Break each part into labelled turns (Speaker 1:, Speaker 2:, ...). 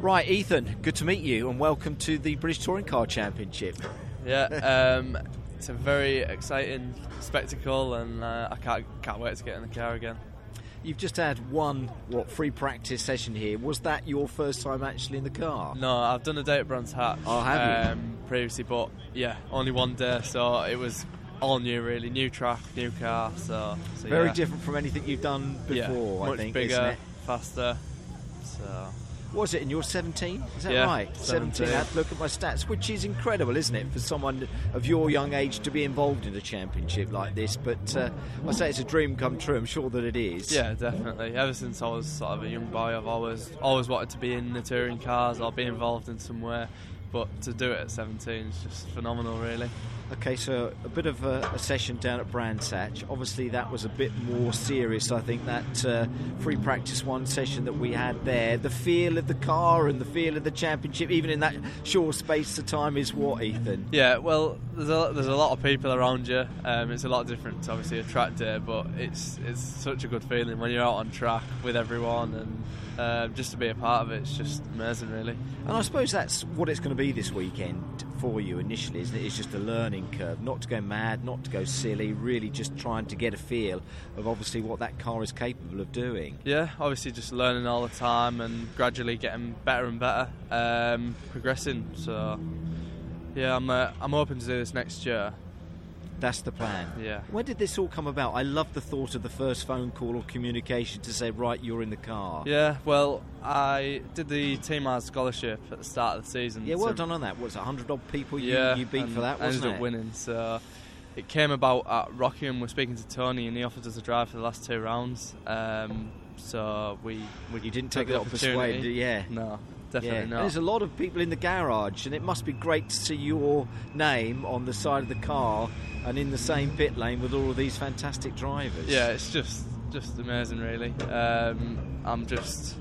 Speaker 1: Right, Ethan, good to meet you and welcome to the British Touring Car Championship.
Speaker 2: Yeah, um, it's a very exciting spectacle, and uh, I can't can't wait to get in the car again.
Speaker 1: You've just had one, what, free practice session here. Was that your first time actually in the car?
Speaker 2: No, I've done a day at Brands Hatch.
Speaker 1: Oh, have you?
Speaker 2: Um, previously, but yeah, only one day, so it was all new, really, new track, new car. So, so
Speaker 1: Very
Speaker 2: yeah.
Speaker 1: different from anything you've done
Speaker 2: Yeah,
Speaker 1: before, I
Speaker 2: much
Speaker 1: think,
Speaker 2: bigger,
Speaker 1: isn't it?
Speaker 2: faster. So
Speaker 1: Was it? And you're 17? Is that
Speaker 2: Yeah,
Speaker 1: right? 17.
Speaker 2: 17.
Speaker 1: I had to look at my stats, which is incredible, isn't it, for someone of your young age to be involved in a championship like this? But uh, I say it's a dream come true. I'm sure that it is.
Speaker 2: yeah, definitely. Ever since I was sort of a young boy, I've always always wanted to be in the touring cars or be involved in some way. But to do it at 17 is just phenomenal, really.
Speaker 1: Okay, so a bit of a, a session down at Brands Hatch. Obviously, that was a bit more serious. I think that uh, free practice one session that we had there, the feel of the car and the feel of the championship, even in that short space of time, is what Ethan.
Speaker 2: Yeah, well, there's a, there's a lot of people around you. Um, it's a lot different to obviously a track day, but it's it's such a good feeling when you're out on track with everyone and um, just to be a part of it. It's just amazing, really.
Speaker 1: And I suppose that's what it's going to be this weekend for you initially, isn't it? It's just a learning curve, not to go mad, not to go silly, really just trying to get a feel of obviously what that car is capable of doing.
Speaker 2: Yeah, obviously just learning all the time and gradually getting better and better, um, progressing. So yeah, I'm uh, I'm hoping to do this next year.
Speaker 1: That's the plan.
Speaker 2: Yeah.
Speaker 1: When did this all come about? I love the thought of the first phone call or communication to say, right, you're in the car.
Speaker 2: Yeah, well, I did the Team Ars scholarship at the start of the season.
Speaker 1: Yeah, well
Speaker 2: so-
Speaker 1: done on that. Was it 100 odd people you, you beat
Speaker 2: and
Speaker 1: for that,
Speaker 2: I
Speaker 1: wasn't
Speaker 2: ended
Speaker 1: it?
Speaker 2: up winning. So it came about at Rockingham. We're speaking to Tony, and he offered us a drive for the last two rounds. Um, so we, we
Speaker 1: You didn't take that opportunity, yeah.
Speaker 2: No,
Speaker 1: Yeah.
Speaker 2: definitely
Speaker 1: And
Speaker 2: not.
Speaker 1: There's a lot of people in the garage, and it must be great to see your name on the side of the car and in the same pit lane with all of these fantastic drivers.
Speaker 2: yeah, it's just just amazing, really. Um, I'm just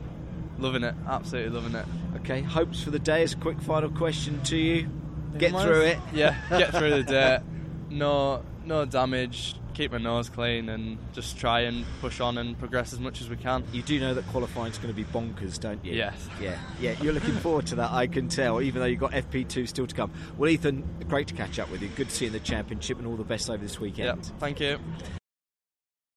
Speaker 2: loving it, absolutely loving it.
Speaker 1: Okay, hopes for the day is a quick final question to you. Get
Speaker 2: Miles?
Speaker 1: through it.
Speaker 2: Yeah, get through the dirt. No, no damage. Keep my nose clean and just try and push on and progress as much as we can.
Speaker 1: You do know that qualifying's going to be bonkers, don't you?
Speaker 2: Yes.
Speaker 1: Yeah, yeah. You're looking forward to that, I can tell, even though you've got FP2 still to come. Well, Ethan, great to catch up with you. Good to see you in the championship and all the best over this
Speaker 2: Yeah,
Speaker 1: weekend.
Speaker 2: thank you.